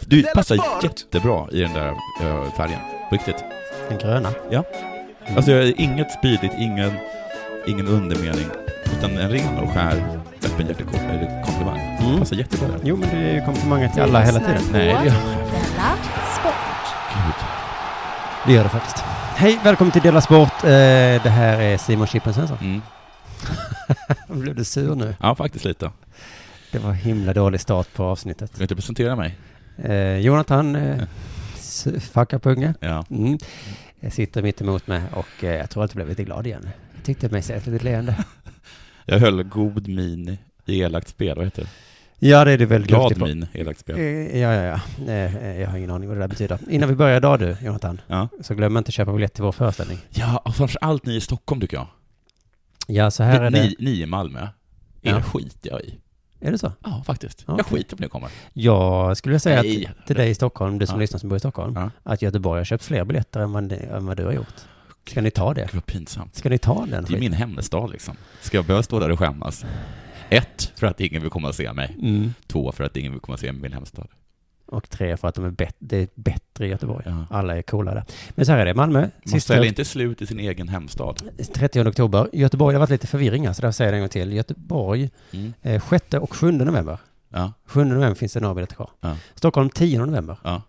Du passar jättebra i den där ö, färgen. På riktigt. Den gröna. Alltså, jag är inget spydigt, ingen, ingen undermening. Utan en ren och skär öppenhjärtig kom- eller komplimang. Mm. Passar jättebra där. Jo, men det är ju komplimanger till alla hela tiden. Nej, det gör Della Sport. Gud. Det gör det faktiskt. Hej, välkommen till Dela Sport. Eh, det här är Simon Chippen Svensson. Mm. Blev du sur nu? Ja, faktiskt lite. Det var himla dålig start på avsnittet. Ska du inte presentera mig? Eh, Jonathan eh, s- fuckar på unge. Ja. Mm. Jag sitter mitt emot mig och eh, jag tror att jag blev lite glad igen. Jag tyckte mig se ett litet leende. Jag höll god min i elakt spel, vad heter det? Ja, det är du väldigt Glad min i elakt spel. Eh, Ja, ja, ja. Eh, eh, Jag har ingen aning vad det där betyder. Innan vi börjar idag du, Jonathan, Ja. så glöm inte att köpa biljett till vår föreställning. Ja, och framförallt ni i Stockholm tycker jag. Ja, så här är det. ni, ni i Malmö. Ja. Er skiter jag i. Är det så? Ja, faktiskt. Ja, Jag okej. skiter om ni kommer. Jag skulle vilja säga Nej. att till dig i Stockholm, du som Ja. lyssnar som bor i Stockholm, Ja. att Göteborg har köpt fler biljetter än vad, än vad du har gjort. Ska ni ta det? Gud vad pinsamt. Ska ni ta den Det är skiten? min hemstad liksom. Ska jag behöva stå där och skämmas? Ett, för att ingen vill komma och se mig. Mm. Två, för att ingen vill komma och se min hemstad. Och tre för att de är, bet- det är bättre i Göteborg. Ja. Alla är coola där. Men så här är det. Malmö, Man sista, ställer inte slut i sin egen hemstad. 30 oktober. Göteborg, det har varit lite förvirring här, så därför säger jag det en gång till. Göteborg, Mm. eh, 6 och 7 november. Ja, 7 november finns det några biljetter kvar. Ja. Stockholm 10 november. ja.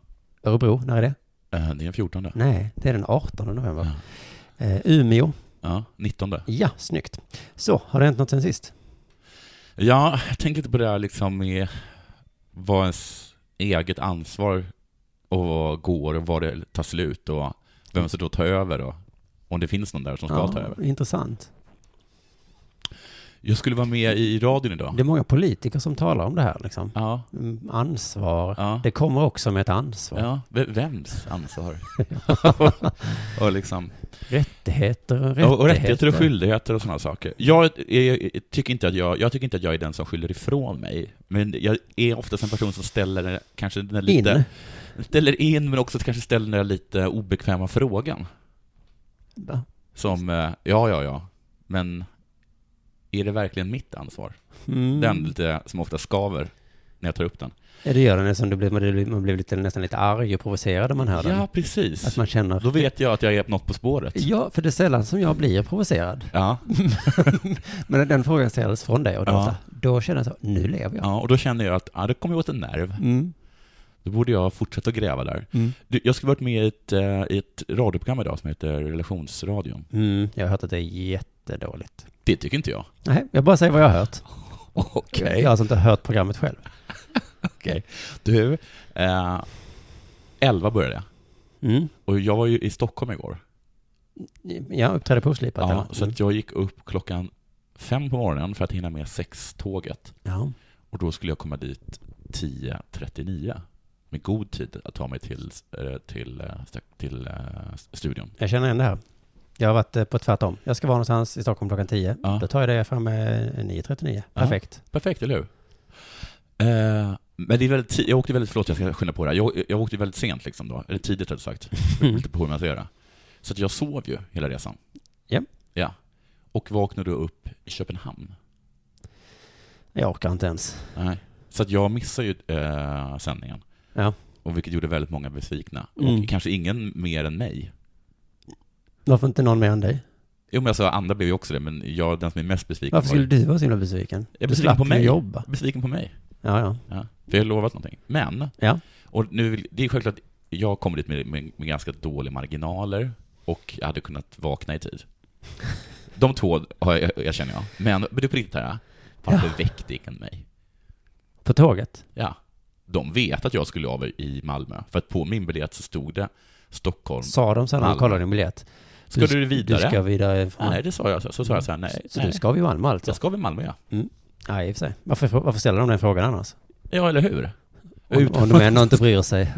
Örebro, när är det? Eh, Det är den 14. Nej, det är den 18 november. Ja. Eh, Umeå, Ja, 19. ja, snyggt. Så, har det hänt något sen sist? Ja, jag tänker lite på det här liksom med vad ens eget ansvar och vad går och var det tar slut och vem som då tar över och om det finns någon där som ska ta över. intressant. Jag skulle vara med i radion idag. Det är många politiker som talar om det här, liksom. Ja, Mm, Ansvar. ja. Det kommer också med ett ansvar. ja. V- Vems ansvar? och liksom... Rättigheter och rättigheter. Ja, Och rättigheter och skyldigheter och sådana saker. Jag, är, tycker inte att jag, jag tycker inte att jag är den som skyller ifrån mig, men jag är oftast en person som ställer kanske den där lite... In. Ställer in, men också kanske ställer den där lite obekväma frågan. Va? Som, eh, ja, ja, ja, men är det verkligen mitt ansvar? Mm. Den lite som ofta skaver när jag tar upp den. Ja, det gör den nästan. Du blir, man blir- man blir lite, nästan lite arg och provocerad om man hör Ja, den. Alltså- Att precis. man känner... Då vet jag att jag är på något på spåret. Ja, för det är sällan som jag blir provocerad. Ja, Men när den frågan ställs från dig och då, Ja. så här, då känner jag så, nu lever jag. ja, och då känner jag att, ja, det kommer jag åt en nerv. Mm. Då borde jag fortsätta gräva där. Mm. Du, jag skulle varit med i ett, eh, i ett radioprogram idag som heter Relationsradion. Mm, jag har hört att det är jättedåligt. Det tycker inte jag. Nej, jag bara säger vad jag har hört. Okej. Jag har alltså inte hört programmet själv. Du, eh, 11 började jag. Mm. Och jag var ju i Stockholm igår. Jag uppträdde påslipat. Ja, eller? så att jag gick upp klockan fem på morgonen för att hinna med sextåget. ja. Och då skulle jag komma dit 10.39. Med god tid att ta mig till, eh, till, eh, st- till eh, studion. Jag känner igen det här. Jag har varit eh, på tvärtom. Jag ska vara någonstans i Stockholm klockan 10. Ja. Då tar jag det framme eh, 9.39. Ja. Perfekt. Perfekt, eller hur? Eh, men det är väldigt, ti- jag åkte väldigt, förlåt jag ska skynda på det här, jag, jag åkte väldigt sent liksom då, eller tidigt rättare sagt, Mm. lite på hur man ska göra. Så att jag sov ju hela resan. Ja. Ja. Och vaknade då upp i Köpenhamn. Jag orkar inte ens. Nej. Så att jag missade ju eh, sändningen. Ja. Och vilket gjorde väldigt många besvikna. Mm. Och kanske ingen mer än mig. Varför inte någon mer än dig? Jo men alltså andra blev ju också det, men jag, den som är mest besviken Varför var skulle ju, du vara så himla besviken? Jag är du besviken slapp på ju mig. jobba. besviken på mig. Ja, ja. Ja, för jag har lovat någonting. Men, Ja. och nu, vill- det är självklart, jag kommer dit med, med, med ganska dåliga marginaler och jag hade kunnat vakna i tid. De två har jag, jag känner jag. Men, men du på riktigt här, varför väckte ingen mig? På tåget? Ja, de vet att jag skulle av i Malmö, för att på min biljett så stod det Stockholm. Sa de så här när de Malmö. kollade din biljett? Ska du, vidare? Du ska vidare. från- Nej, det sa jag. Så, så sa jag så här, nej, så nej. du ska vid Malmö alltså? jag ska över Malmö, ja. Nej, i och för sig. Varför, varför ställer de den frågan annars? Ja, eller hur? Jag är Om, ute- om de ändå inte bryr sig.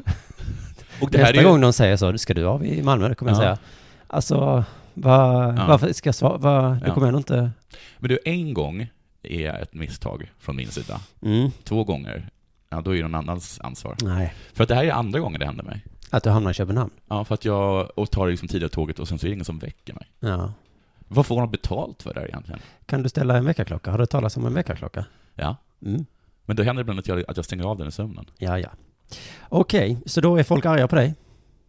och det här Nästa är ju- gång någon säger så, ska du av i Malmö? Då kommer jag Ja. säga, alltså, va, Ja. varför ska jag svara? Va, du Ja. kommer ändå inte... Men du, en gång är ett misstag från min sida. Mm. två gånger, ja då är det någon annans ansvar. Nej, För att det här är andra gången det händer mig. att du hamnar i Köpenhamn. Ja, för att jag och tar liksom tidiga tåget och sen så är det ingen som väcker mig. Ja. Vad får de betalt för det här egentligen? Kan du ställa en väckarklocka? Har du talat om en väckarklocka? Ja, Mm. men då händer det ibland att jag, att jag stänger av den i sömnen. Ja, ja. Okej, så då är folk arga på dig.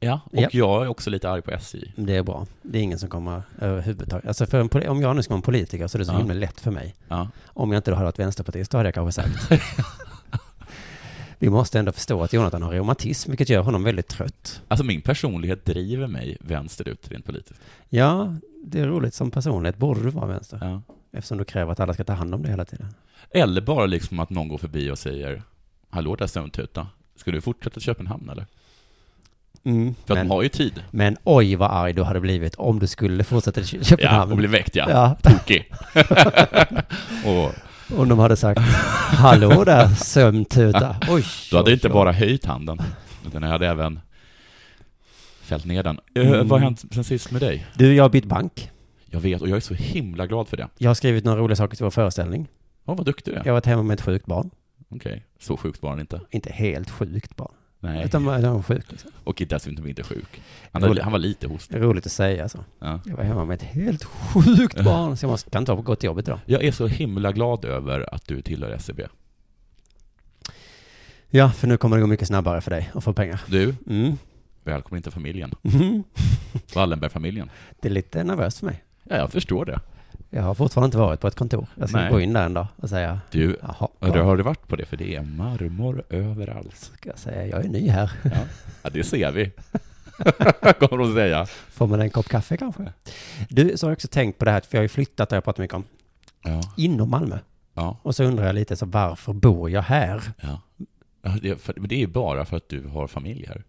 Ja, och Ja. jag är också lite arg på SJ. Det är bra. Det är ingen som kommer överhuvudtaget. Alltså för en, poli- om jag nu ska vara en politiker så är det så Ja. himla lätt för mig. Ja. Om jag inte då hade varit vänsterpartist, då hade jag kanske sagt. Vi måste ändå förstå att Jonathan har reumatism, vilket gör honom väldigt trött. Alltså min personlighet driver mig vänsterut rent politiskt. Ja, det är roligt som personlighet. Borde du vara vänster? Ja. Eftersom du kräver att alla ska ta hand om det hela tiden. Eller bara liksom att någon går förbi och säger Hallå där sömntuta, ska du fortsätta till Köpenhamn eller? Mm, För att de men, har ju tid. men oj vad arg du hade blivit om du skulle fortsätta till Kö- Ja, Köpenhamn. och blir väckt ja. Ja, Tokig. och om de hade sagt hallå där sömntuta. Oj. då hade jag inte oj, bara höjt handen, utan jag hade även fällt ner den. Eh, Vad Mm. har hänt sen sist med dig? oj. Du, jag har bytt bank. Jag vet, och jag är så himla glad för det. Jag har skrivit några roliga saker till vår föreställning. Åh, vad duktig du är. Jag har varit hemma med ett sjukt barn. Okej, så sjukt var han inte. Inte helt sjukt barn. Nej, Utan han var sjuk. Liksom. och dessutom inte sjuk. Han, hade, han var lite hostig. Det är roligt att säga så. Ja. Jag var hemma med ett helt sjukt barn. Så jag kan inte ha gått till jobbet idag. Jag är så himla glad över att du tillhör E SCB. Ja, för nu kommer det gå mycket snabbare för dig att få pengar. Du, Mm. välkommen in till familjen. Mhm. Wallenbergfamiljen. Det är lite nervöst för mig. Ja, jag förstår det. Jag har fortfarande inte varit på ett kontor. Jag ska Nej. gå in där en dag och säga Du, jaha, har vad du- har du varit på det? För det är marmor överallt. ska jag säga? Jag är ny här. Ja, det ser vi. Kommer de säga. Får man en kopp kaffe kanske? Du, så har jag också tänkt på det här, för jag har ju flyttat, det har jag pratat mycket om, Ja, inom Malmö. ja, Och så undrar jag lite så varför bor jag här? ja. Ja, Det är, för, men det är ju bara för att du har familj här.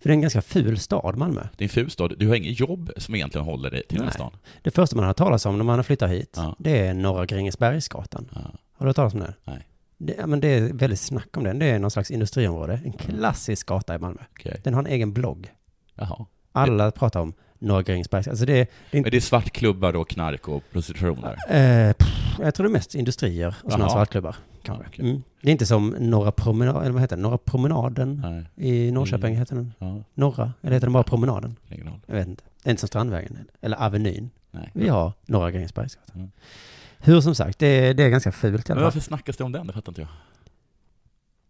För det är en ganska ful stad, Malmö. Det är en ful stad. Du har inget jobb som egentligen håller dig till den Nej. här stan. Det första man har hört talas om när man har flyttat hit, Ja. det är Norra Grängesbergsgatan. Ja. Har du hört talas om den? Nej. Det, ja, men det är väldigt snack om den. Det är någon slags industriområde. En klassisk gata i Malmö. Okej. Den har en egen blogg. Jaha. Alla pratar om Norra Grängesbergsgatan. Alltså det, det är Men det är svartklubbar och knark och prostitution där? Eh, pff, jag tror det är mest industrier och sådana Jaha. svartklubbar. Kanske. Ja, Ah, okej. Mm. Det är inte som Norra, promenad, eller vad heter det? Norra Promenaden Nej. Mm. i Norrköping, heter den Ja, Norra? Eller heter den bara Promenaden? ingen roll. Jag vet inte. Det är inte som Strandvägen, eller Avenyn. Nej. Vi har Norra Grängesbergsgatan. Mm. Hur som sagt, det är, det är ganska fult i Men alla fall. varför snackas det om den? Det fattar inte jag.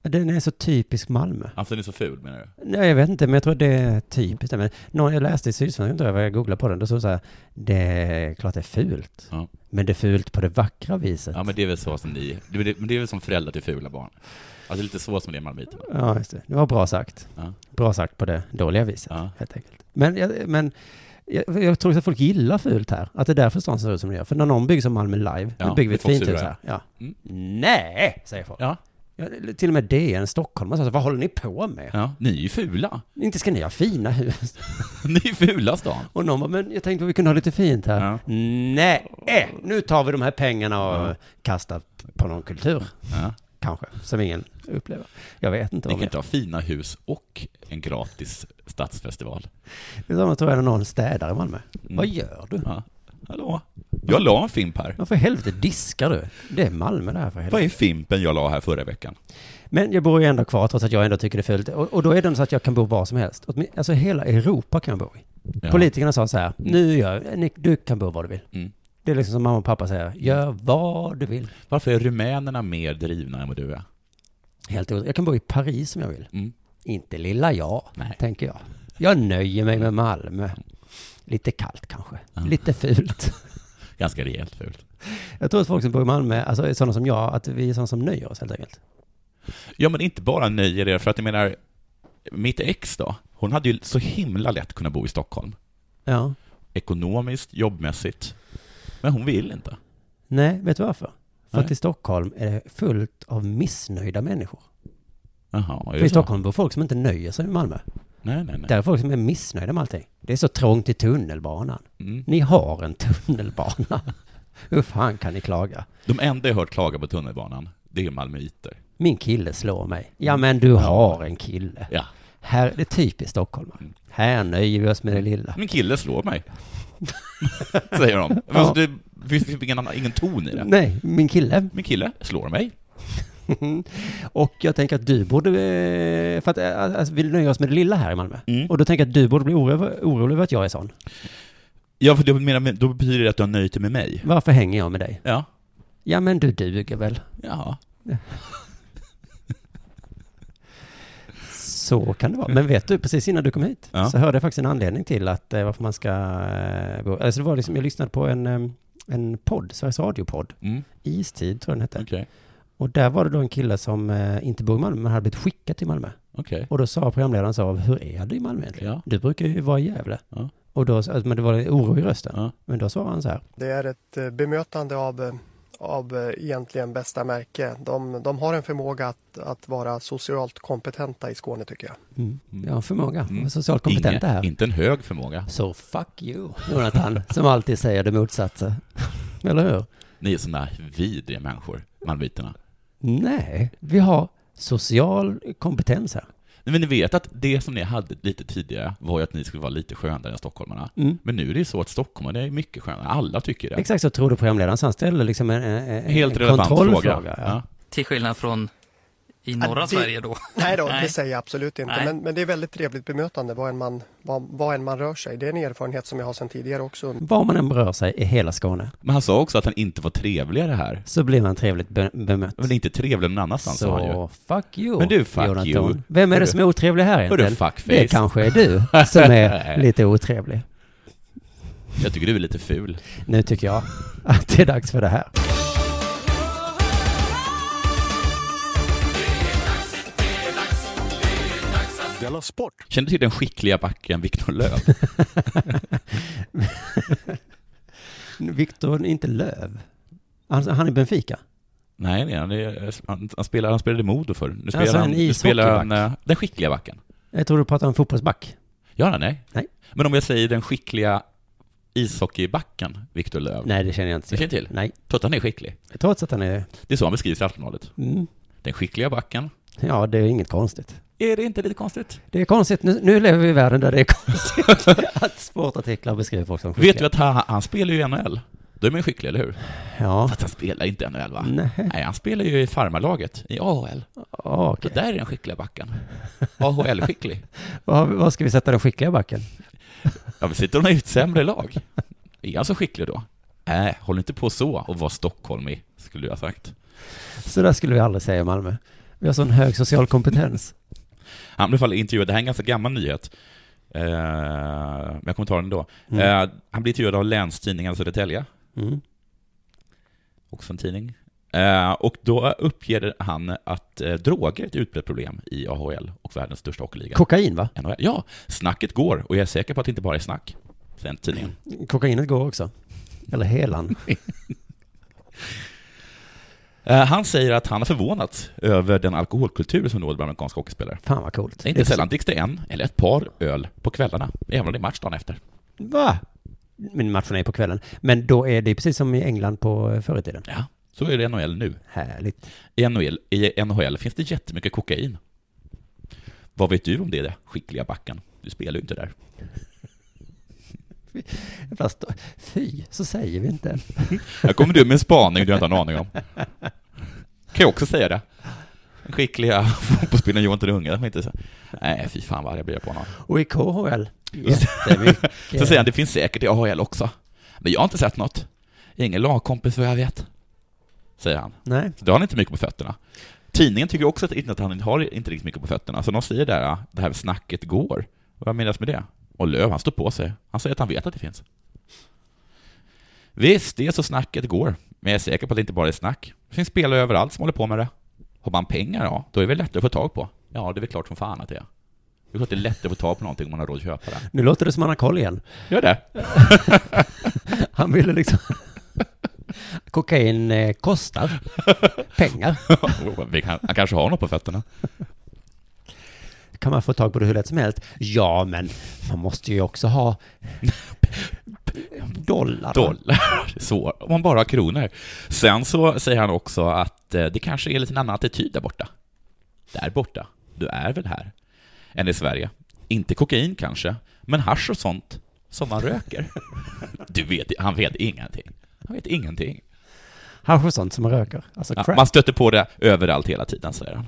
Den är så typisk Malmö. Alltså den är så ful menar du? Nej, jag vet inte, men jag tror det är typiskt. Men någon, jag läste i Sydsvenskan, tror jag, jag googlade på den, då stod det så här, det är klart det är fult. Ja. Men det är fult på det vackra viset. Ja men det är väl så som ni, det är, men det är väl som föräldrar till fula barn. Alltså det är lite så som det är malmöiterna. Ja, just det. Det var bra sagt. Ja. Bra sagt på det dåliga viset, Ja. helt enkelt. Men, jag, men jag, jag tror också att folk gillar fult här. Att det är därför stan ser ut som den gör. För när någon bygger som Malmö Live, Ja, då bygger vi ett det är folk fint hus sura. här. Ja. Mm. Nej, säger folk. Ja. Ja, till och med DN Stockholm alltså, vad håller ni på med? ja. Ni är ju fula. Inte ska ni ha fina hus. Ni är fula stan. Och någon bara, men jag tänkte att vi kunde ha lite fint här. Ja. Nej, eh, nu tar vi de här pengarna och Ja. kastar på någon kultur, Ja. kanske, som ingen upplever. Jag vet inte. Ni om kan inte ha fina hus och en gratis stadsfestival. Det är samma tror jag när någon städar i Malmö. Mm. Vad gör du? Ja. Hallå? Jag la en fimp här. Ja, för helvete diskar du? Det är Malmö det här för Vad helvete. är fimpen jag la här förra veckan? Men jag bor ju ändå kvar trots att jag ändå tycker det är fult. Och, och då är det så att jag kan bo var som helst. Åtmin- Alltså hela Europa kan jag bo i. Ja. Politikerna sa så här, nu gör, ni, du kan bo var du vill. Mm. Det är liksom som mamma och pappa säger, gör vad du vill. Varför är rumänerna mer drivna än vad du är? Helt o- Jag kan bo i Paris som jag vill. Mm. Inte lilla jag, Nej. Mm. tänker jag. Jag nöjer mig med Malmö. Lite kallt kanske. Lite fult. Ganska rejält fult. Jag tror att folk som bor i Malmö, alltså är sådana som jag, att vi är sådana som nöjer oss helt enkelt. Ja, men inte bara nöjer er, för att jag menar, mitt ex då, hon hade ju så himla lätt kunnat bo i Stockholm. Ja. Ekonomiskt, jobbmässigt. Men hon vill inte. Nej, vet du varför? För att Nej. i Stockholm är det fullt av missnöjda människor. Jaha, är För det så? i Stockholm bor folk som inte nöjer sig med Malmö. Nej, nej, nej. Där är folk som är missnöjda med allting. Det är så trångt i tunnelbanan. Mm. Ni har en tunnelbana. Hur fan kan ni klaga? De enda jag hört klaga på tunnelbanan, det är malmöiter. Min kille slår mig. Ja, men du har en kille. Ja. Mm. Här, det är typiskt stockholmare. Här nöjer vi oss med det lilla. Min kille slår mig. Säger de. Men alltså, det finns liksom ingen, annan, ingen ton i det. Nej, min kille. Min kille slår mig. Och jag tänker att du borde, eh, för att eh, alltså, vi nöjer oss med det lilla här i Malmö. Mm. Och då tänker jag att du borde bli oro- orolig över att jag är sån. Ja, för det menar, då betyder det att du har nöjt dig med mig. Varför hänger jag med dig? Ja. Ja men du duger väl. Jaha. Så kan det vara. Men vet du, precis innan du kom hit Ja. så hörde jag faktiskt en anledning till att eh, varför man ska eh, bo. Alltså det var liksom, jag lyssnade på en, eh, en podd, Sveriges Radio-podd, Mm, Istid tror jag den hette. okej. Och där var det då en kille som eh, inte bor i Malmö, men hade blivit skickad till Malmö. Okej. Och då sa programledaren så, hur är det i Malmö egentligen? Ja. Du brukar ju vara i Gävle. Ja. Och då, alltså, men det var oro i rösten. Ja. Men då svarade han så här, Det är ett eh, bemötande av, eh, av eh, egentligen bästa märke. De, de har en förmåga att, att vara socialt kompetenta i Skåne tycker jag. mm, Mm. jag har en förmåga, jag är Mm. socialt kompetent Inge, här. Inte en hög förmåga. Så fuck you, Jonathan, som alltid säger det motsatta. Eller hur? Ni är sådana vidriga människor, malmöiterna. Nej, vi har social kompetens här. Nej, Men ni vet att det som ni hade lite tidigare var ju att ni skulle vara lite skönare än stockholmarna. Mm. Men nu är det ju så att stockholmarna är mycket skönare. Alla tycker det. Exakt så trodde programledaren, så han ställde liksom en, en, en Helt en relevant kontrollfråga. fråga. Ja. Ja. Till skillnad från i norra det- Sverige då. Nej då, Nej. det säger jag absolut inte. Nej. Men, men det är väldigt trevligt bemötande vad än, man, vad, vad än man rör sig. Det är en erfarenhet som jag har sedan tidigare också. Var man än rör sig i hela Skåne Men han sa också att han inte var trevligare här. så blir man trevligt be- bemött. Men inte trevligare någon annanstans, sa han ju. Så fuck you, Men du, fuck Jonathan. you. Vem är det Hörru. som är otrevlig här egentligen? Hörru, fuckface. Det kanske är du som är lite otrevlig. Jag tycker du är lite ful. Nu tycker jag att det är dags för det här. Della Sport! Känner till den skickliga backen Victor Löv? Viktor, inte Löv. Han, han är Benfica. Nej, nej han, är, han, han, spelar, han spelade i Modo förr. Nu spelar Alltså, han, en nu spelar han ishockeyback. eh, den skickliga backen. Jag tror du pratar om fotbollsback. Ja, nej. Nej. Men om jag säger den skickliga ishockeybacken Victor Löv. Nej, det känner jag inte Du känner till? Nej, Trots att han är skicklig. trots att han är... Det är så han beskrivs i Aftonbladet. Mm. Den skickliga backen. Ja, det är inget konstigt. Är det inte lite konstigt? Det är konstigt, nu, nu lever vi i världen där det är konstigt att sportartiklar beskriver folk som Vet du skickliga. att han, han spelar ju i NHL? Då är man ju skicklig, eller hur? Ja, Fast han spelar inte i NHL, va? nej, Nej, han spelar ju i farmarlaget, i AHL. Ja, Så okej. där är den skickliga backen. AHL-skicklig. Vad, vad ska vi sätta den skickliga backen? Ja, men sitter de i ett sämre lag? Är han så skicklig då? Nej, håll inte på så och var stockholmig, skulle du ha sagt. Så där skulle vi aldrig säga i Malmö. Vi har sån hög social kompetens. Han blev i alla fall intervjuad, det här är en ganska gammal nyhet, eh, men jag kommer ta den då. Mm. Eh, han blir intervjuad av Länstidningen Södertälje, Mm. också en tidning. Eh, och då uppger han att eh, droger är ett utbrett problem i AHL och världens största hockeyliga. Kokain va? NHL. Ja, snacket går och jag är säker på att det inte bara är snack. Sen tidningen. Kokainet går också. Eller helan. Eh, han säger att han har förvånats över den alkoholkultur som råder bland amerikanska hockeyspelare. Fan vad coolt. Det är inte sällan dricks det en eller ett par öl på kvällarna, även om det är match dagen efter. Va? Min matchen är på kvällen. Men då är det precis som i England på eh, förr i tiden. Ja, så är det i NHL nu. Härligt. I NHL, I NHL finns det jättemycket kokain. Vad vet du om det, skickliga backen? Du spelar ju inte där. Fast fy, så säger vi inte. Här kommer du med en spaning du inte har en aning om. Kan jag också säga det. Den skickliga fotbollsspelaren Johan Drunge, de är inte så... Nej, fy fan vad arg jag blir på honom. Och i KHL, jättemycket. Så säger han, det finns säkert i AHL också. Men jag har inte sett något. Ingen lagkompis vad jag vet. Säger han. Nej, Så då har han inte mycket på fötterna. Tidningen tycker också att, inte att han inte har inte riktigt mycket på fötterna. Så de säger där, ah, det här snacket går. Vad menas med det? Och Löv, han står på sig. Han säger att han vet att det finns. Visst, det är så snacket går. Men jag är säker på att det inte bara är snack. Det finns spelare överallt som håller på med det. Har man pengar, ja, då är det väl lättare att få tag på. Ja, det är väl klart som fan att det är. Det är klart det är lättare att få tag på någonting om man har råd att köpa det. nu låter det som han har koll igen. Gör det. Han ville liksom... Kokain eh, kostar pengar. Vi kan, han kanske har något på fötterna. Kan man få tag på det hur lätt som helst? Ja, men man måste ju också ha dollar. Dollar. Så, om man bara har kronor. Sen så säger han också att eh, det kanske är lite en annan attityd där borta. Där borta. Du är väl här? Än i Sverige. Inte kokain kanske, men hasch och sånt som man röker. Du vet, han vet ingenting. Han vet ingenting. Hasch och sånt som man röker. Alltså Ja, crack. man stöter på det överallt hela tiden, säger han.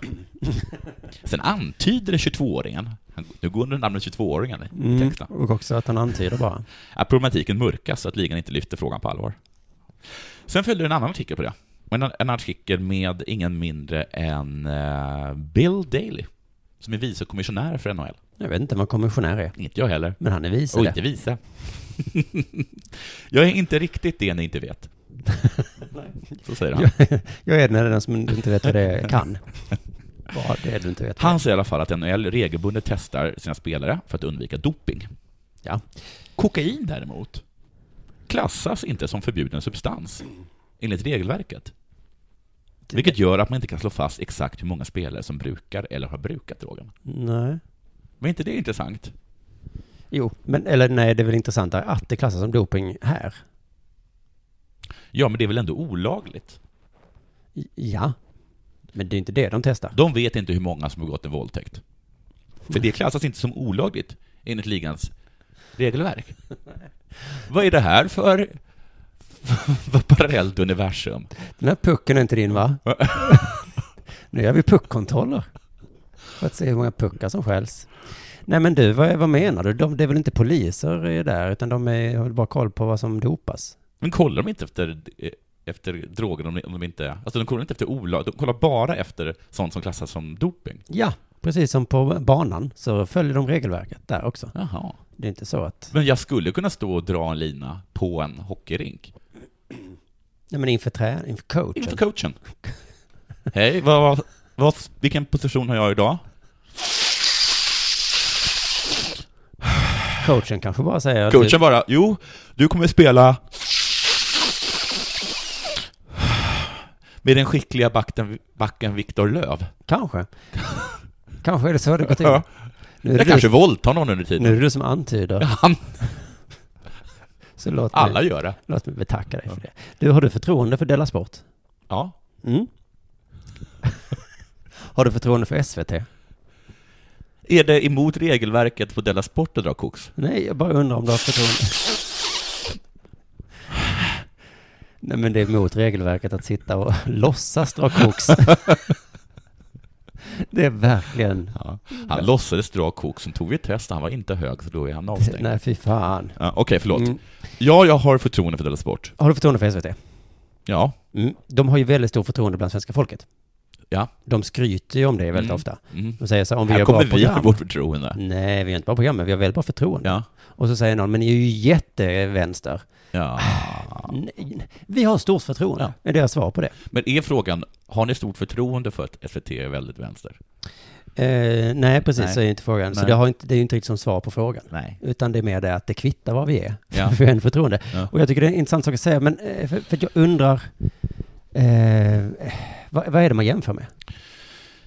Sen antyder det 22-åringen, han- nu går under namnet 22-åringen i Mm, texten, och också att han antyder bara. att problematiken mörkas så att ligan inte lyfter frågan på allvar. Sen följde en annan artikel på det. En, en artikel med ingen mindre än eh, Bill Daley, som är vice kommissionär för NHL. Jag vet inte vad kommissionär är, Inte jag heller. men han är vice Och där. inte vice. jag är inte riktigt det ni inte vet. Så säger han. Jag är den, här, den som inte vet vad det kan. Vad det är du inte vet. vad det är. Han säger i alla fall att NHL regelbundet testar sina spelare för att undvika doping. Ja. Kokain däremot klassas inte som förbjuden substans enligt regelverket. Vilket gör att man inte kan slå fast exakt hur många spelare som brukar eller har brukat drogen. Nej. Men inte det är intressant? Jo, men eller nej, det är väl intressantare att det klassas som doping här. Ja, men det är väl ändå olagligt? I- Ja. Men det är inte det de testar. De vet inte hur många som har gått en våldtäkt. För det klassas inte som olagligt enligt ligans regelverk. Vad är det här för, för parallellt universum? Den här pucken är inte din va? nu gör vi puckkontroller. För att se hur många puckar som stjäls. Nej men du, vad, vad menar du? De, det är väl inte poliser eh, där, utan de är, har väl bara koll på vad som dopas? Men kollar de inte efter, eh, efter droger om de, om de inte... Alltså de kollar inte efter olag, de kollar bara efter sånt som klassas som doping. Ja, precis som på banan så följer de regelverket där också. Jaha. Det är inte så att... Men jag skulle kunna stå och dra en lina på en hockeyrink. Nej men inför trä, inför coachen. Inför coachen. Hej, vad, vad, vilken position har jag idag? coachen kanske bara säger... att- Coachen bara, jo, du kommer spela med den skickliga backen, backen Viktor Löv. Kanske. kanske är det så det går till. Ja. Nu, är typ. det Jag du, kanske våldtar någon under nu är tiden. det du som antyder. Han, Så låt mig, alla gör det. låt mig betacka dig för det. Du, har du förtroende för Della Sport? Ja. Mm. har du förtroende för SVT? Är det emot regelverket på Della Sport att dra koks? Nej, jag bara undrar om du har förtroende. Nej, men det är mot regelverket att sitta och låtsas dra koks. det är verkligen... Ja. Han låtsades dra koks, sen tog vi ett test, han var inte hög, så då är han avstängd. Nej, fy fan. Ja, Okej, förlåt. Mm. Ja, jag har förtroende för Della Sport. Har du förtroende för SVT? Ja. Mm. De har ju väldigt stort förtroende bland svenska folket. Ja. De skryter ju om det väldigt Mm. ofta. Mm. De säger så här, om vi Här gör bra kommer vi med program. vårt förtroende. Nej, vi gör inte bra program, men vi har väldigt bra förtroende. Ja. Och så säger någon, men ni är ju jättevänster. ja. Nej, vi har stort förtroende, Ja. är deras svar på det. Men är frågan, har ni stort förtroende för att SVT är väldigt vänster? Eh, nej, precis, Nej. så är ju inte frågan. Så Nej. det, har inte, det är ju inte riktigt som svar på frågan. Nej. Utan det är mer det att det kvittar vad vi är. Ja. vi har ändå förtroende. Ja. Och jag tycker det är en intressant sak att säga, men eh, för, för att jag undrar, eh, vad, vad är det man jämför med?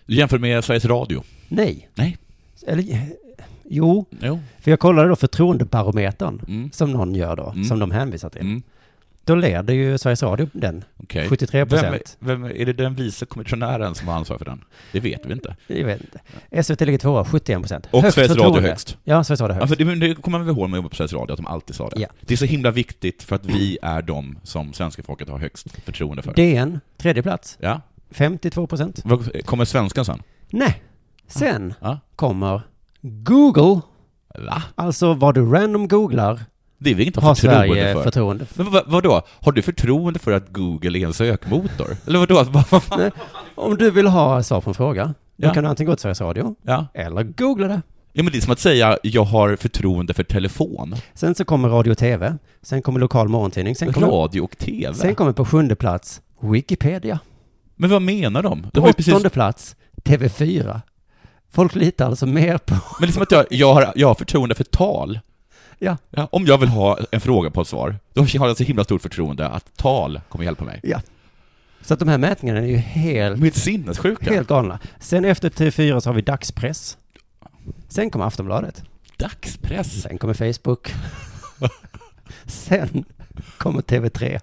Jämför med Sveriges Radio. Nej. Nej. Eller, eh, jo, Jo. för jag kollade då förtroendebarometern. Mm. Som någon gör då, Mm. som de hänvisar till. Mm. Då leder ju Sveriges Radio den, Okej. 73 Vem, procent. vem, är det den vice kommissionären som har ansvar för den? Det vet vi inte. Jag vet inte. SVT ligger tvåa, 71 procent. Och Sveriges Radio högst. Ja, Sveriges Radio Ja, högst. för det, men det kommer man väl ihåg när man jobbar på Sveriges Radio, att de alltid sa det. Ja. Det är så himla viktigt för att vi är de som svenska folket har högst förtroende för. DN, tredje plats, Ja. 52 procent. Vad- Kommer svenskan sen? Nej, Ah. sen Ja. kommer Google, Va? alltså vad du random googlar, Det är vi inte har har förtroende Sverige för. förtroende för. Men vad, vadå? Har du förtroende för att Google är en sökmotor? Eller vadå? Vad- vad fan? Nej, om du vill ha svar på en fråga, då Ja. kan du antingen gå till Sveriges Radio, Ja. eller googla det. ja, men det är som att säga jag har förtroende för telefon, Sen så kommer radio och tv, sen kommer lokal morgontidning, sen kommer, radio och TV. sen kommer på sjunde plats Wikipedia. Men vad menar de? de På har ju åttonde precis... plats, TV4. Folk litar alltså mer på... Men liksom att jag, jag, har, jag har förtroende för tal. Ja, Ja, om jag vill ha en fråga på ett svar, då har jag så himla stort förtroende att tal kommer hjälpa mig. ja. Så att de här mätningarna är ju helt, Mitt sinnessjuka. helt galna. Sen efter TV4 så har vi dagspress. Sen kommer Aftonbladet. Dagspress. Sen kommer Facebook. Sen kommer TV3.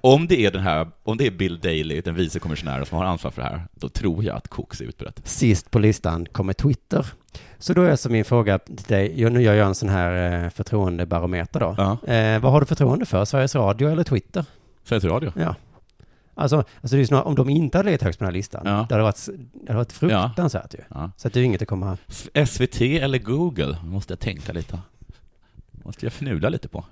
Om det är den här, om det är Bill Daley, den vice kommissionären som har ansvar för det här, då tror jag att koks är utbrett. Sist på listan kommer Twitter. Så då är alltså min fråga till dig, jag- nu gör jag en sån här eh, förtroendebarometer då. Ja. Eh, vad har du förtroende för, Sveriges Radio eller Twitter? Sveriges Radio. Ja. Alltså, alltså det är snarare, om de inte hade legat högst på den här listan, Ja. det, hade varit, det hade varit fruktansvärt ju. Ja. Så att det är inget att komma... S- SVT eller Google? Nu måste jag tänka lite. måste jag fnula lite på.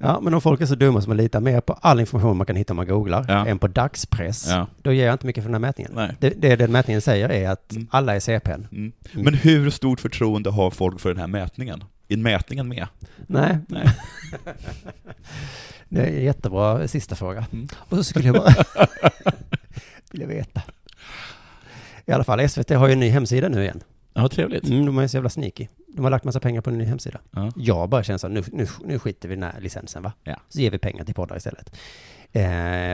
Ja, men om folk är så dumma som man litar mer på all information man kan hitta om man googlar Ja. än på dagspress, Ja. då ger jag inte mycket för den här mätningen. Nej. Det, det den mätningen säger är att Mm. alla är CPN. Mm. Men hur stort förtroende har folk för den här mätningen? Är mätningen med? Nej. Nej. Det är en jättebra sista fråga. Mm. Och så skulle jag bara vilja veta. I alla fall, SVT har ju en ny hemsida nu igen. Ja, trevligt. Mm, de är så jävla sneaky. De har lagt massa pengar på en ny hemsida. Ja. Jag bara känner så här, nu, nu, nu skiter vi i den här licensen va? Ja. Så ger vi pengar till poddar istället. Eh,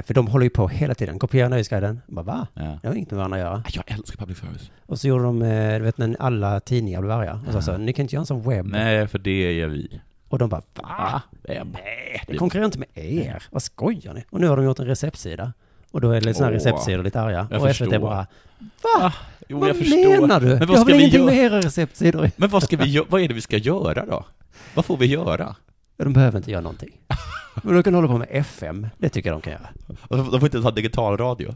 för de håller ju på hela tiden, kopierar Nöjesguiden. Bara va? Ja. Det har inget med varandra att göra. Jag älskar public service. Och så gjorde de, eh, du vet när alla tidningar blev arga. Och så sa ni kan inte göra en sån webb. Nej, för det är vi. Och de bara va? Vem? Nej, det konkurrerar inte med er. Vad skojar ni? Och nu har de gjort en receptsida. Och då är det lite sådana här Åh. receptsidor lite arga. Jag och förstår. SVT bara, Jo, vad jag förstår. menar du? Men jag vad har ska väl vi ingenting med göra? era receptsidor Men vad, ska vi, gö- vad är det vi ska göra då? Vad får vi göra? De behöver inte göra någonting. Men de kan hålla på med FM. Det tycker jag de kan göra. Och De får inte ens ha digital radio.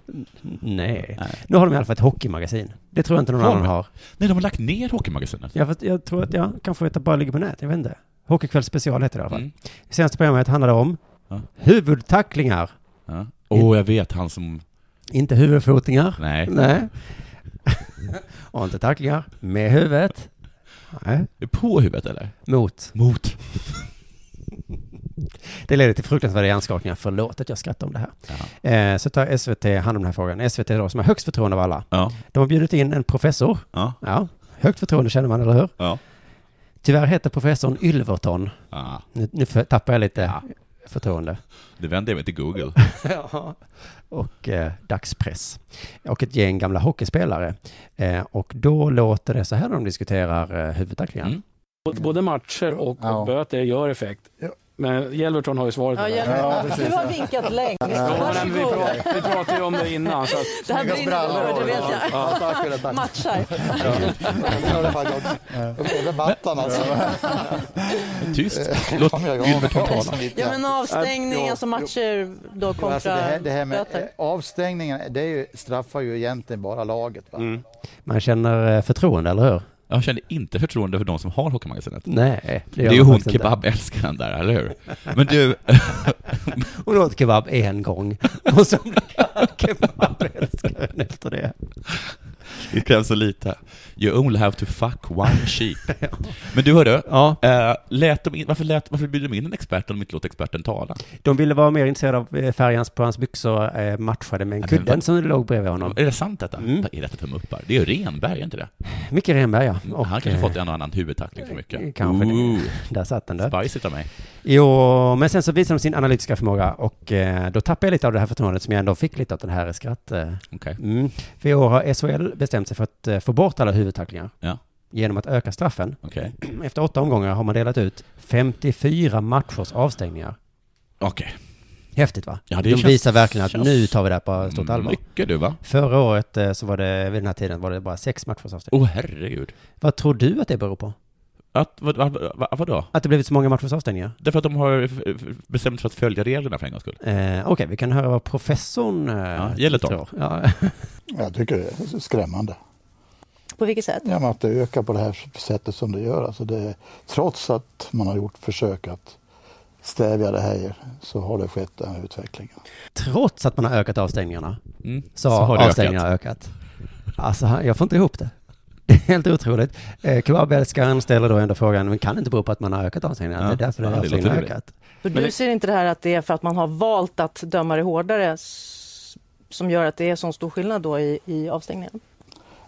Nej. Nu har de i alla fall ett hockeymagasin. Det tror jag inte någon Har de? annan har. Nej, de har lagt ner Hockeymagasinet. Jag, jag tror att jag kanske att det bara ligger på nätet. Jag vet inte. Hockeykväll special heter det i alla fall. Mm. Senaste programmet handlade om Ja. huvudtacklingar. Ja. Åh, jag vet han som... Inte huvudfotingar. Nej. Nej. Och inte tacklingar. Med huvudet. Nej. På huvudet eller? Mot. Mot. Det leder till fruktansvärda hjärnskakningar. Förlåt att jag skrattar om det här. Eh, så tar SVT hand om den här frågan. SVT då, som har högst förtroende av alla. Ja. De har bjudit in en professor. Ja. Ja, högt förtroende känner man, eller hur? Ja. Tyvärr heter professorn Ylverton. Ah, Nu, nu för- tappar jag lite förtroende. det vänder jag mig till Google. Ja. och eh, dagspress. Och ett gäng gamla hockeyspelare. Eh, och då låter det så här när de diskuterar eh, huvudtacklingar. Mm. Både- Både matcher och, och böter gör effekt. Men Jelverton har ju svaret på det. du har vinkat länge. Ja, men vi, Varsågod. pratade, vi pratade ju om det innan. Så att, Det här brinner du för, det vet jag. ja. Matchar. alltså. Tyst. Eh, Låt Gylbert tala. Ja, men avstängning, Ja. alltså matcher då kontra Alltså det, här, det här med böter. eh, avstängningen, det är ju, straffar ju egentligen bara laget. Mm. Va? Man känner eh, förtroende, eller hur? Jag kände inte förtroende för de som har Hockeymagasinet. Nej, Det gör är ju man hon faktiskt inte. kebabälskaren där, eller hur? Men du, Hon åt kebab en gång. Och så blev hon kebabälskaren efter det. det krävs så lite. You only have to fuck one sheep. Men du, hörru. Ja, eh, lät de in, varför, lät, varför bjuder de in en expert om de inte låter experten tala? De ville vara mer intresserade av eh, färgen på hans byxor eh, matchade med en men kudden vad- som låg bredvid honom. Är det sant detta? Mm. Vad är detta för muppar? Det är ju Renberg, är inte det? Micke Renberg, ja. Och, Han kanske eh, fått en och annan huvudtackling för mycket. Kanske det. Ooh, Där satt den där. Spicy av mig. Jo, men sen så visade de sin analytiska förmåga och eh, då tappade jag lite av det här förtroendet som jag ändå fick lite av den här skratt... Eh. Okej. Mm. För i år har SHL bestämt sig för att eh, få bort alla huvudtacklingar Ja. genom att öka straffen. Okej. Efter åtta omgångar har man delat ut 54 matchers avstängningar. Okej. Häftigt va? Ja, det de känns- visar verkligen att känns- Mm. nu tar vi det här på stort allvar. Mycket du, va? Förra året eh, så var det, vid den här tiden, var det bara sex matchers avstängning. Åh, oh, herregud. Vad tror du att det beror på? Att, vad, vad, vad, vadå? Att det blivit så många matchers avstängningar? Därför att de har f- f- bestämt sig för att följa reglerna för en gångs skull. Eh, Okej, vi kan höra vad professorn eh, Ja, gäller det. tror. Ja. Jag tycker det är skrämmande. På vilket sätt? Ja, men att det ökar på det här sättet som det gör. Alltså det, trots att man har gjort försök att stävja det här så har det skett den här utvecklingen. Trots att man har ökat avstängningarna Mm. så, har har det avstängningarna ökat. Alltså, han- jag får inte ihop det. Det är helt otroligt. Eh, Kebabälskaren ställer då ändå frågan, men kan det inte bero på att man har ökat avstängningarna? Ja, det är därför ja, det det har avstängningarna har låter ökat. För du ser inte det här att det är för att man har valt att döma det hårdare s- som gör att det är sån stor skillnad då i, i avstängningen?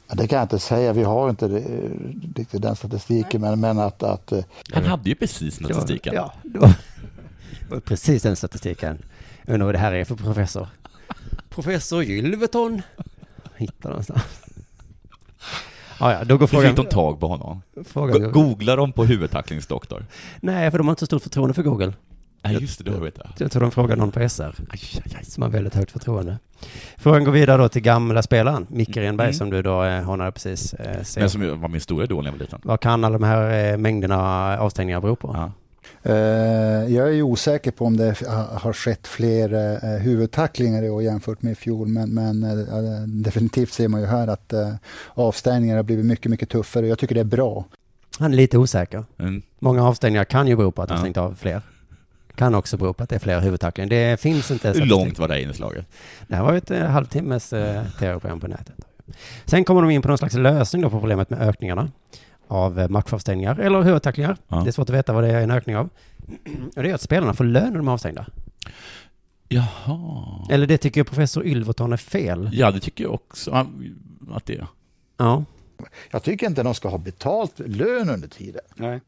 Ja, Det kan jag inte säga, vi har inte eh, riktigt den statistiken, men, men att, att eh, Han hade ju precis statistiken. Ja, det var, det var precis den statistiken. Jag undrar vad det här är för professor. Professor Gylveton. Hittar någonstans. Ja, ja, då går Hur fick frågan... de tag på honom? frågan Go- går, Googlar de på huvudtacklingsdoktor? nej, för de har inte så stort förtroende för Google. Nej, just det, det har vi inte. Jag tror de frågar någon på SR Aj, aj, aj. som har väldigt högt förtroende. Frågan går vidare då till gamla spelaren, Micke Mm. Renberg, som du då eh, honade precis. Eh, ser. Men som ju var min stora idol när jag var liten. Vad kan alla de här eh, mängderna avstängningar bero på? Ja. Eh, Jag är ju osäker på om det ha- har skett fler eh, huvudtacklingar i år jämfört med i fjol, men, men eh, definitivt ser man ju här att eh, avstängningar har blivit mycket, mycket tuffare. Jag tycker det är bra. Han är lite osäker. Mm. Många avstängningar kan ju bero på att de Ja. stängt av fler. Kan också bero på att det är fler huvudtacklingar. Det finns inte... Hur statistik. långt var det inslaget? Det här var ju ett eh, halvtimmes eh, tv-program på nätet. Sen kommer de in på någon slags lösning då på problemet med ökningarna av eh, matchavstängningar eller huvudtacklingar. Ja. Det är svårt att veta vad det är en ökning av. Och det är att spelarna får lön när de är avstängda. Jaha. Eller det tycker ju professor Ylverton är fel. Ja, det tycker jag också ja, att det är. Ja. Jag tycker inte de ska ha betalt lön under tiden. Nej.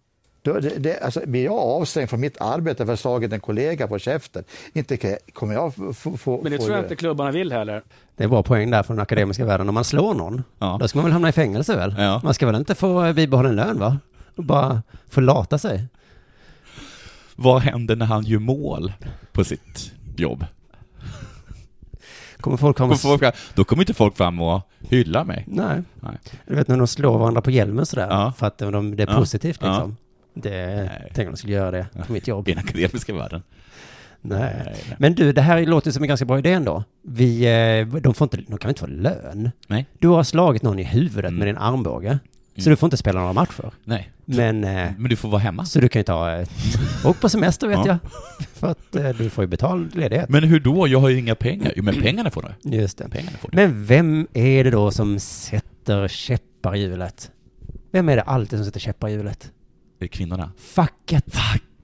Då, det, det, alltså, blir jag avstängd från mitt arbete för att jag slagit en kollega på käften, inte kan jag- kommer jag få... få- få Men det få tror jag lön. inte klubbarna vill heller. Det är bra poäng där från den akademiska världen. Om man slår någon, Ja. då ska man väl hamna i fängelse väl? Ja. Man ska väl inte få eh, bibehållen lön va? Och bara få lata sig. Vad händer när han gör mål på sitt jobb? Kommer folk komma... Kommer folk, då kommer inte folk fram och hylla mig. Nej. Nej. Du vet när de slår varandra på hjälmen sådär, Ja. för att de, det är Ja. positivt Ja. liksom. Det, Nej. tänk om de skulle göra det på mitt jobb. I den akademiska världen. Nej. Nej, nej. Men du, det här låter som en ganska bra idé ändå. Vi, eh, de, får inte, de kan inte få lön. Nej. Du har slagit någon i huvudet Mm. med din armbåge, så Mm. du får inte spela några matcher. Nej. Men, eh, Men du får vara hemma. så du kan ju ta, eh, åk på semester vet Ja. jag. För att eh, du får ju betald ledighet. Men hur då? Jag har ju inga pengar. Jo, men pengarna får du. Just det. Pengarna får du. Men vem är det då som sätter käppar i hjulet? Vem är det alltid som sätter käppar i hjulet? Det är kvinnorna. Facket!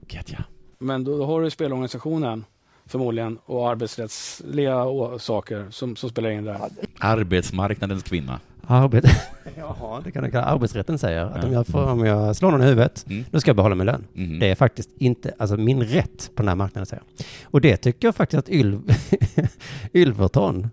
Get ya. Men då, då har du spelorganisationen förmodligen och arbetsrättsliga å- saker som, som spelar in där. Arbetsmarknadens kvinna. Arbete... Jaha, det kan jag kalla arbetsrätten säger. Att om, Ja. jag får, om jag slår någon i huvudet, Mm. då ska jag behålla min lön. Mhm. Det är faktiskt inte, alltså min rätt på den här marknaden säger jag. Och det tycker jag faktiskt att Ylv... Ylverton,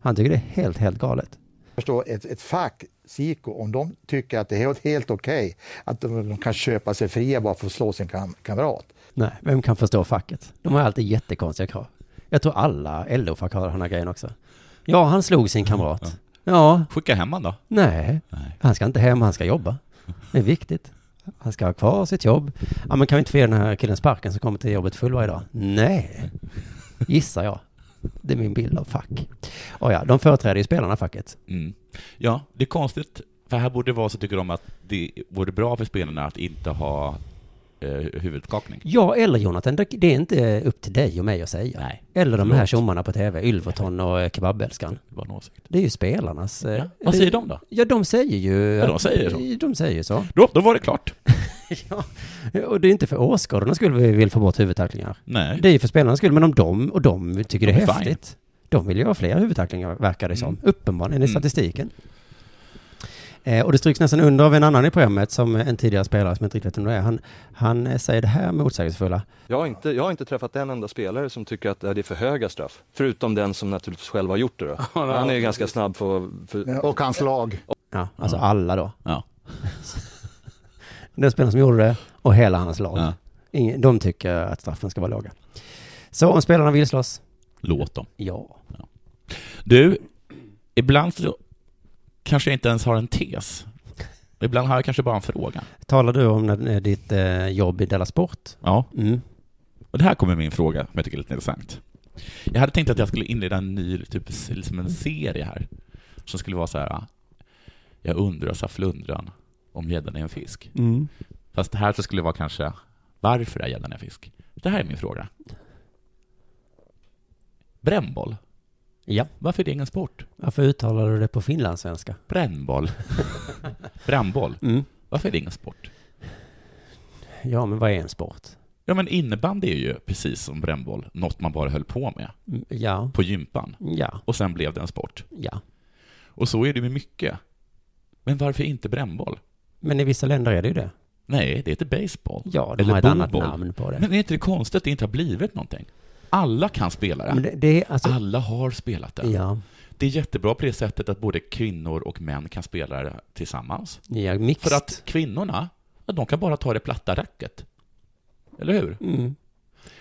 han tycker det är helt, helt galet. förstå ett, ett fack, SIKO, om de tycker att det är helt, helt okej att de, de kan köpa sig fria bara för att slå sin kam, kamrat. Nej, vem kan förstå facket? De har alltid jättekonstiga krav. Jag tror alla LO-fack har den här grejen också. Ja, han slog sin kamrat. Ja, Skicka hem han då. nej, Nej. han ska inte hem, han ska jobba. Det är viktigt. Han ska ha kvar sitt jobb. Ja, men kan vi inte få ge den här killen sparken som kommer till jobbet full varje dag? Nej, gissar jag. Det är min bild av fack. Och ja, de företräder ju spelarna, facket. Mm. Ja, det är konstigt. För här borde det vara så tycker de att det vore bra för spelarna att inte ha eh, huvudskakning. Ja, eller Jonathan, det det är inte upp till dig och mig att säga. Nej. Eller de här Förlåt. tjommarna på tv, Ylverton och eh, Kebabälskaren. Det var en åsikt. Det är ju spelarnas... eh, Ja. Vad säger de då? Ja, de säger ju... Ja, de säger så. De säger ju så. Då, då var det klart. ja. Och det är inte för åskådarnas skull vi vill få bort huvudtacklingar. Nej. Det är ju för spelarnas skull, men om de, och de tycker det De är är fine. häftigt. De vill ju ha fler huvudtacklingar, verkar det som. Mm. Uppenbarligen, enligt Mm. statistiken. Eh, och det stryks nästan under av en annan i programmet, som en tidigare spelare som jag inte riktigt vet vem det är. Han, han eh, säger det här motsägelsefulla. Jag har, inte, jag har inte träffat en enda spelare som tycker att eh, det är för höga straff. Förutom den som naturligtvis själv har gjort det. Då. Han är ju ganska snabb för, för Och hans lag. Ja, alltså alla då. Ja. Den spelaren som gjorde det och hela hans lag. Ja. Ingen, de tycker att straffen ska vara låga. Så om spelarna vill slåss, Låt dem. ja. Du, ibland så kanske jag inte ens har en tes. Ibland har jag kanske bara en fråga. Talar du om när, eh, ditt eh, jobb i Della Sport? Ja. Mm. Och det här kommer min fråga, som jag tycker är lite intressant. Jag hade tänkt att jag skulle inleda en ny, typ liksom en serie här, som skulle vara så här. ah, Jag undrar, sa flundran, om gäddan är en fisk. Fast det här så skulle det vara kanske, varför är gäddan en fisk? Det här är min fråga. Brännboll, Ja. varför är det ingen sport? Varför uttalar du det på finlandssvenska? Brännboll. Brännboll, Mm. varför är det ingen sport? Ja, men vad är en sport? Ja men innebandy är ju precis som brännboll, något man bara höll på med Mm, Ja, på gympan. ja, Och sen blev det en sport. ja. Och så är det med mycket. Men varför inte brännboll? Men i vissa länder är det ju det. Nej, det heter baseball. Ja, de Eller har ett annat bullboll. namn på det. Men är inte det konstigt att det inte har blivit någonting? Alla kan spela det. Men det, det är alltså... Alla har spelat det. Ja, Det är jättebra på det sättet att både kvinnor och män kan spela det tillsammans. ja, mixed. För att kvinnorna, ja, de kan bara ta det platta racket. Eller hur? Mm.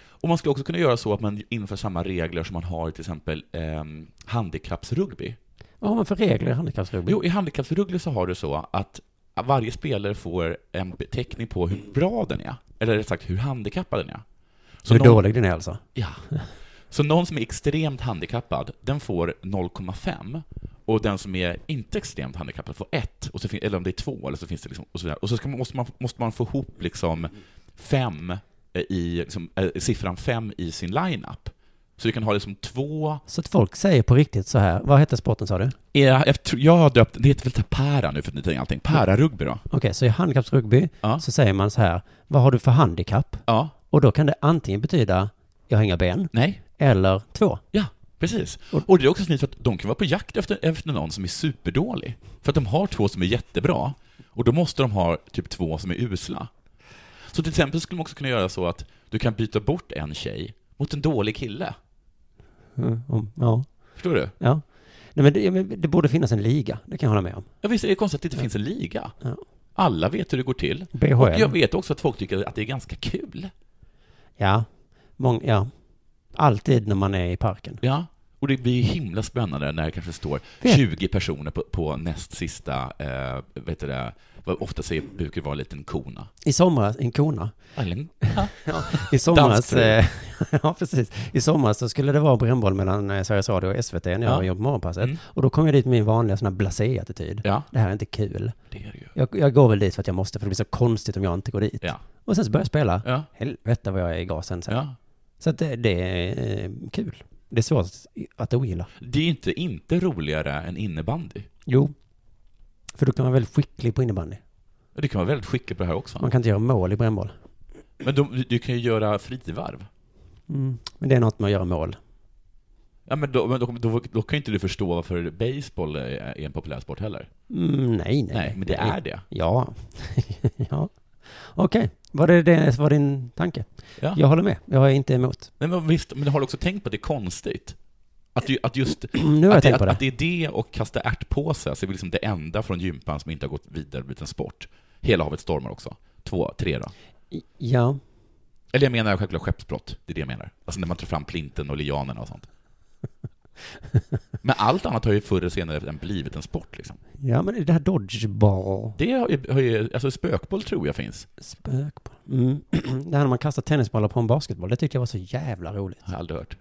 Och man skulle också kunna göra så att man inför samma regler som man har i till exempel eh, handikappsrugby. Vad har man för regler i handikappsrugby? Jo, i handikappsrugby så har du så att varje spelare får en beteckning på hur bra den är. Eller rätt sagt, hur handikappad den är. Hur dålig den är alltså? Ja. Så någon som är extremt handikappad, den får 0,5 Och den som är inte extremt handikappad får ett, och så fin- eller om det är två, eller så finns det liksom, och så, vidare. Och så ska man, måste, man, måste man få ihop liksom fem eh, i, liksom, eh, siffran fem i sin line-up. Så du kan ha liksom två... Så att folk säger på riktigt så här, vad heter sporten sa du? Ja, jag, tror- jag har döpt, det heter väl para nu för tiden allting, para-rugby då? Okej, så i handikappsrugby så säger man så här, vad har du för handikapp? Ja. Och då kan det antingen betyda, jag har inga ben. Nej. Eller två. Ja, precis. Och det är också fint för att de kan vara på jakt efter, efter någon som är superdålig. För att de har två som är jättebra, och då måste de ha typ två som är usla. Så till exempel skulle man också kunna göra så att du kan byta bort en tjej mot en dålig kille. Mm, om- Ja. Förstår du? Ja. Nej, men det, ja, men det borde finnas en liga, det kan jag hålla med om. Ja, visst är det konstigt att det inte finns en liga? Ja. Alla vet hur det går till. BHL. Och jag vet också att folk tycker att det är ganska kul. Ja. Mång, ja. Alltid när man är i parken. Ja, och det blir himla spännande när det kanske står 20 personer på, på näst sista, eh, vet du det, vad ofta säger, brukar det vara en liten kona. I somras, en kona. Eller- Ja, I somras, Danströja. eh, ja precis. I somras så skulle det vara brännboll mellan eh, Sveriges Radio och SVT när jag Ja. jobbade på morgonpasset. Mm. Och då kom jag dit med min vanliga sån här blasé-attityd. Ja. Det här är inte kul. Det är det ju. Jag, jag går väl dit för att jag måste, för det blir så konstigt om jag inte går dit. Ja. Och sen så börjar jag spela. Ja. Helvete vad jag är i gasen sen. Ja. Så att det, det är eh, kul. Det är svårt att ogilla. Det är inte, inte roligare än innebandy. Jo. För då kan man vara väldigt skicklig på innebandy. Du kan vara väldigt skicklig på det här också. Man kan inte göra mål i brännboll. Men de, du kan ju göra frivarv. Mm. Men det är något med att göra mål. Ja, men då, men då, då, då kan ju inte du förstå varför baseball är, är en populär sport heller. Mm, nej, nej. Nej, men det är det. Ja. ja. Okej, var det, det var din tanke? Ja. Jag håller med. Jag är inte emot. Nej, men visst, men har du också tänkt på att det är konstigt? Att, ju- att just... Nu har jag att, tänkt att, på det. att det är det och kasta ärtpåse, alltså det är liksom det enda från gympan som inte har gått vidare och blivit en sport. Hela havet stormar också. Två, tre då. Ja. Eller jag menar självklart skeppsbrott, det är det jag menar. Alltså när man tar fram plinten och lianerna och sånt. Men allt annat har ju förr eller senare än blivit en sport liksom. Ja, men det här dodgeball. Det har ju, har ju, alltså spökboll tror jag finns. Spökboll. Mm. det här när man kastar tennisbollar på en basketboll, det tyckte jag var så jävla roligt. Har jag aldrig hört.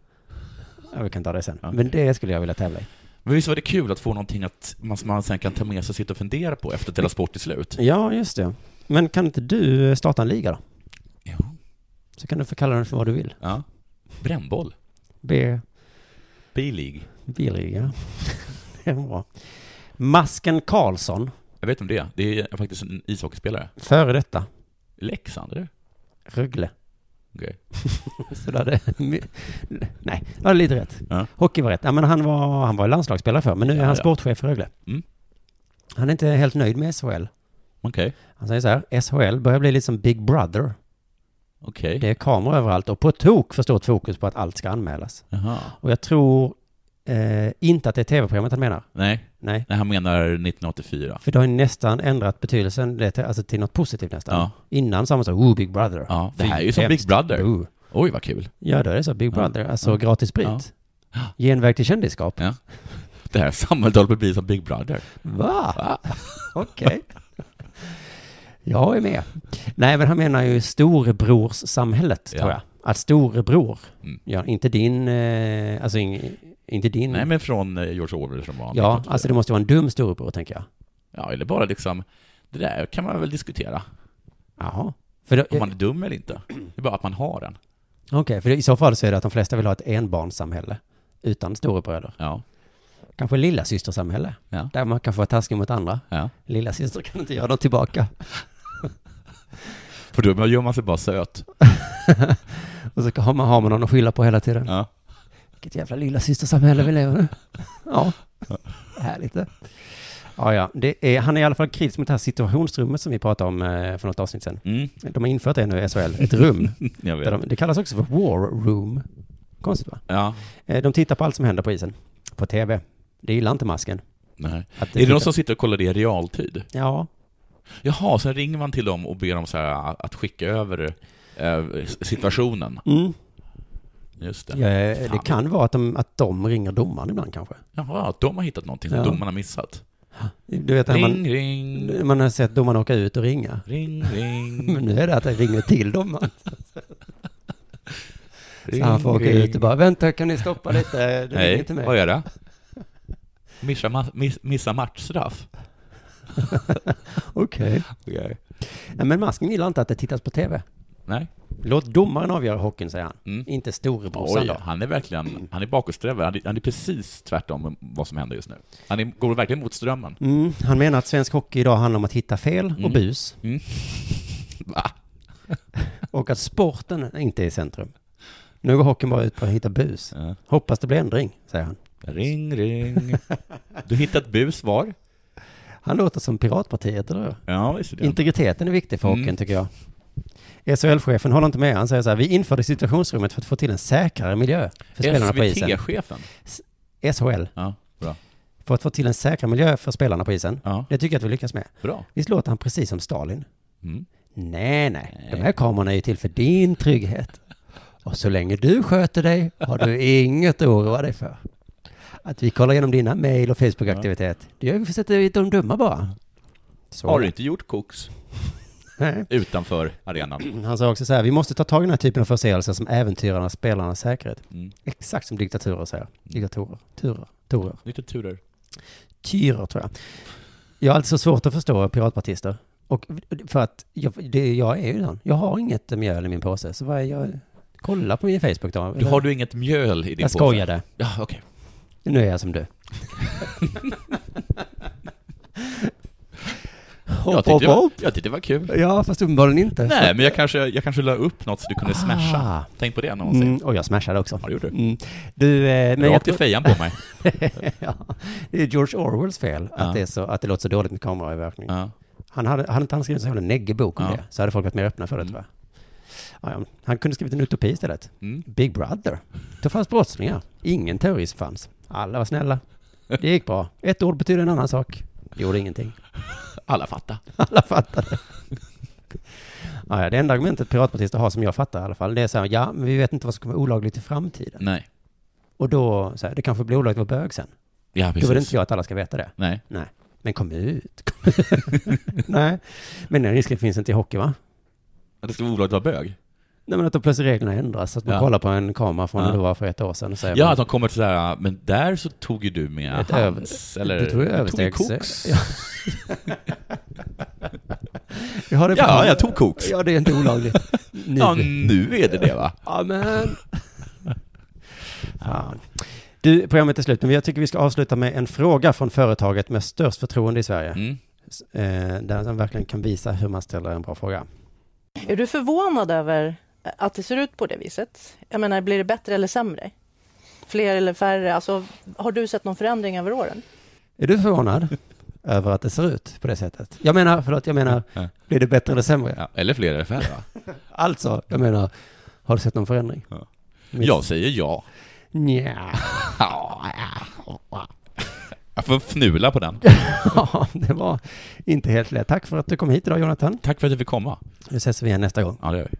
Ja, vi kan ta det sen. Men det skulle jag vilja tävla i. Men visst var det kul att få någonting att man, som man sen kan ta med sig och sitta och fundera på efter att hela sport är slut? Ja, just det. Men kan inte du eh, starta en liga då? Jo. Så kan du få kalla den för vad du vill. Ja. Brännboll. B. B-League. Billiga. det var bra. Masken Karlsson, Jag vet om det är. Det är faktiskt en ishockeyspelare. före detta Leksand, eller? Rögle. Okej. Så där det, nej, det var lite rätt. Ja. Hockey var rätt. Ja, men han var, han var landslagsspelare för men nu är Ja, han ja. sportchef för Rögle. Mm. Han är inte helt nöjd med SHL. Okej. Han säger så här, SHL börjar bli lite som Big Brother. Okej. Det är kameror överallt och på tok för stort fokus på att allt ska anmälas. Jaha. Och jag tror eh, inte att det är tv-programmet han menar. Nej. Nej. Han menar 1984. För det har ju nästan ändrat betydelsen det, till- alltså till något positivt nästan. Ja. Innan sa man så, oh Big Brother. Ja, det här är ju Fy, som Big hemskt. Brother. Boo. Oj, vad kul. Ja, då är det så. Big Ja. Brother, alltså Ja. gratis Ja. sprit. Genväg till kändisskap. Ja. Det här samhället håller på att bli som Big Brother. Va? Okej. Jag är med. Nej, men han menar ju storebrorssamhället, Ja. tror jag. Att storebror, Mm. ja, inte din, eh, alltså ing, inte din... Nej, men från eh, George Orwell som var ja, alltså det måste vara en dum storebror, tänker jag. ja, eller bara liksom, det där kan man väl diskutera. Jaha. För då, eh, Om man är dum eller inte. Det är bara att man har den. Okej, för i så fall så är det att de flesta vill ha ett enbarnssamhälle utan storebröder. Ja. Kanske lillasystersamhälle, Ja. där man kan få vara taskig mot andra. Ja. Lillasyster kan inte göra något tillbaka. För då gör man sig bara söt. Och så har man, har man någon att skylla på hela tiden. Ja. Vilket jävla lillasystersamhälle vi lever i. Ja, härligt det. Ja, ja. Det är, han är i alla fall kritisk mot det här situationsrummet som vi pratade om eh, för något avsnitt sedan. Mm. De har infört det nu i SHL, ett rum. Jag där vet. de, det kallas också för war room. Konstigt va? Ja. Eh, De tittar på allt som händer på isen, på tv. Det gillar inte masken. Nej. Att Är det någon tittar- som sitter och kollar det i realtid? Ja, Jaha, sen ringer man till dem och ber dem så här att skicka över eh, situationen. Mm. Just det. ja eh, det kan vara att de, att de ringer domaren ibland kanske. Jaha, de har hittat någonting som Ja. domarna har missat. Du vet, när Ring, man, ring, man har sett domaren åka ut och ringa. ring, ring. Men nu är det att det ringer till domaren. Så han får åka Ring, ut och bara, vänta kan ni stoppa lite, det ringer Nej, till vad mig. är det? Missa, ma- miss, missa matchstraff. Okej. Okej. Nej, Men masken gillar inte att det tittas på TV. Nej. Låt domaren avgöra hockeyn, säger han. Inte storebrorsan Oj, då. han är verkligen, han är bakåtsträvare. Han är, han är precis tvärtom vad som händer just nu. Han är, går verkligen mot strömmen. Mm, han menar att svensk hockey idag handlar om att hitta fel och Mm. bus. Mm. Va? Och att sporten inte är i centrum. Nu går hockeyn bara ut på att hitta bus. Hoppas det blir ändring, säger han. Ring, ring. Du hittat bus var? Han låter som Piratpartiet, eller hur? Ja, visst är det. Integriteten är viktig för Mm. hockeyn, tycker jag. SHL-chefen håller inte med. Han säger så här, vi införde situationsrummet för att få till en säkrare miljö för spelarna på isen. SVT-chefen? SHL. Ja, bra. För att få till en säkrare miljö för spelarna på isen. Ja. Det tycker jag att vi lyckas med. Bra. Visst låter han precis som Stalin? Mm. Nej, nej. De här kamerorna är ju till för din trygghet. Och så länge du sköter dig har du inget att oroa dig för. Att vi kollar igenom dina mejl och Facebook-aktivitet. Det gör vi för att sätta dit de dumma bara. Så. Har du inte gjort koks? Nej. Utanför arenan? Han sa också så här, vi måste ta tag i den här typen av förseelser som äventyrar spelarnas säkerhet. Mm. Exakt som diktaturer säger. Diktatorer. Turer. Torer. Lite turer. Tyrer tror jag. Jag har alltid så svårt att förstå piratpartister. Och för att jag, det, jag är ju sån. Jag har inget mjöl i min påse. Så vad är jag? Kolla på min Facebook då. Du har du inget mjöl i din Jag påse? skojade. Ja, okej. Nu är jag som du. Jag tyckte, det var, jag tyckte det var kul. Ja, fast uppenbarligen inte. Ah. Nej, men jag kanske, jag kanske la upp något så du kunde smasha. Tänk på det någon gång. Mm, och jag smashade också. Ja, det gjorde du. Mm. du eh, men Rakt jag i fejan på mig. ja, det är George Orwells fel att, det är så, att det låter så dåligt med kameraövervakning. Han hade, hade inte han skrivit en sån jävla neggebok om Ja. det, så hade folk varit mer öppna för det, tror jag. Ja, ja. Han kunde skrivit en utopi istället. Mm. Big Brother. Då fanns brottslingar. Ingen terrorism fanns. Alla var snälla. Det gick bra. Ett ord betyder en annan sak. Det gjorde ingenting. Alla fattar. Alla fattade. Ja, ja, det enda argumentet piratpartister har som jag fattar i alla fall, det är så här, ja, men vi vet inte vad som kommer vara olagligt i framtiden. Nej. Och då, så här, det kanske blir olagligt att vara bög sen. Ja, Då precis. vill inte jag att alla ska veta det. Nej. Nej. Men kom ut. Kom ut. Nej. Men den risken finns inte i hockey, va? Att det ska vara olagligt att vara bög? Nej, men att då plötsligt reglerna ändras. Att man Ja. kollar på en kamera från Ja. när det var för ett år sedan och säger Ja, man, att de kommer till sådär, men där så tog ju du med Ett hans, över- eller... du tog ju överstegs- koks. Ja. Vi har det på Ja, kamera. jag tog koks. Ja, det är inte olagligt. Ja, nu är det det, va? Ja, men... Fan. Du, programmet är slut, men jag tycker vi ska avsluta med en fråga från företaget med störst förtroende i Sverige. Mm. S- Eh, där de verkligen kan visa hur man ställer en bra fråga. Är du förvånad över att det ser ut på det viset? Jag menar, blir det bättre eller sämre? Fler eller färre? Alltså, har du sett någon förändring över åren? Är du förvånad över att det ser ut på det sättet? Jag menar, förlåt, jag menar, Ja. blir det bättre eller sämre? Ja, eller fler eller färre, va? Alltså, jag menar, har du sett någon förändring? Ja. Miss- Jag säger ja. Nja. Jag får fnula på den. Ja, det var inte helt lätt. Tack för att du kom hit idag, Jonathan. Tack för att jag fick komma. Nu ses vi igen nästa gång. Ja, det gör vi.